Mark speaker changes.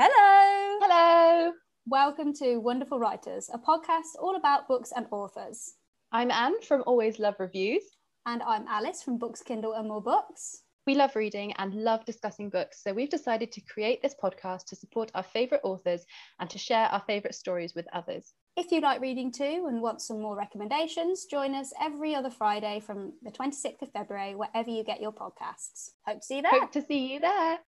Speaker 1: Hello!
Speaker 2: Hello,
Speaker 1: Welcome to Wonderful Writers, a podcast all about books and authors.
Speaker 2: I'm Anne from Always Love Reviews.
Speaker 1: And I'm Alice from Books, Kindle, and More Books.
Speaker 2: We love reading and love discussing books, so we've decided to create this podcast to support our favourite authors and to share our favourite stories with others.
Speaker 1: If you like reading too and want some more recommendations, join us every other Friday from the 26th of February, wherever you get your podcasts. Hope to see you there.
Speaker 2: Hope to see you there.